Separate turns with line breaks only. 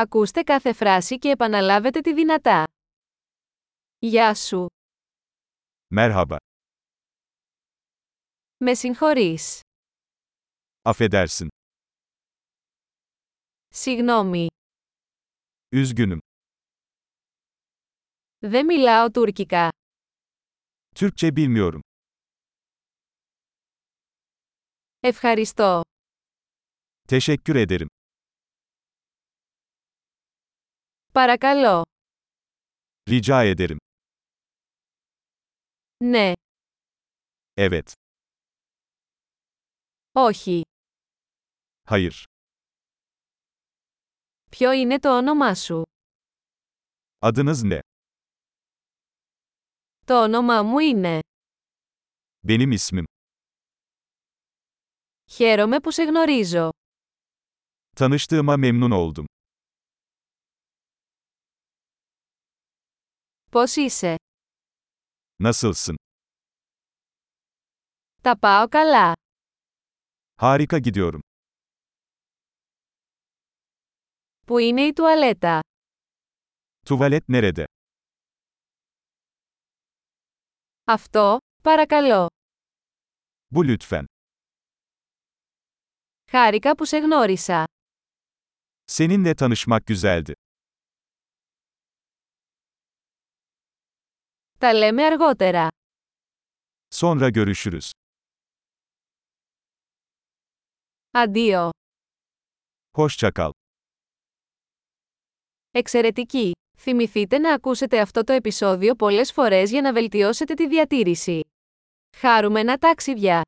Ακούστε κάθε φράση και επαναλάβετε τη δυνατά. Γεια σου.
Merhaba.
Με συγχωρείς.
Affedersin.
Συγγνώμη.
Üzgünüm.
Δεν μιλάω τουρκικά.
Türkçe bilmiyorum.
Ευχαριστώ.
Teşekkür ederim.
Παρακαλώ.
Rica ederim.
Ναι.
Evet.
Όχι.
Hayır.
Ποιο είναι το όνομά σου.
Adınız ne?
Το όνομά μου είναι.
Benim ismim.
Χαίρομαι που σε γνωρίζω.
Tanıştığıma memnun oldum.
Πώς είσαι.
Nasılsın?
Τα πάω καλά.
Harika gidiyorum.
Πού είναι η τουαλέτα.
Tuvalet nerede?
Αυτό, παρακαλώ.
Bu lütfen.
Χάρηκα που σε γνώρισα.
Seninle tanışmak güzeldi.
Τα λέμε αργότερα.
Sonra görüşürüz.
Αντίο.
Hoşça kal.
Εξαιρετική! Θυμηθείτε να ακούσετε αυτό το επεισόδιο πολλές φορές για να βελτιώσετε τη διατήρηση. Χάρουμενα ταξίδια!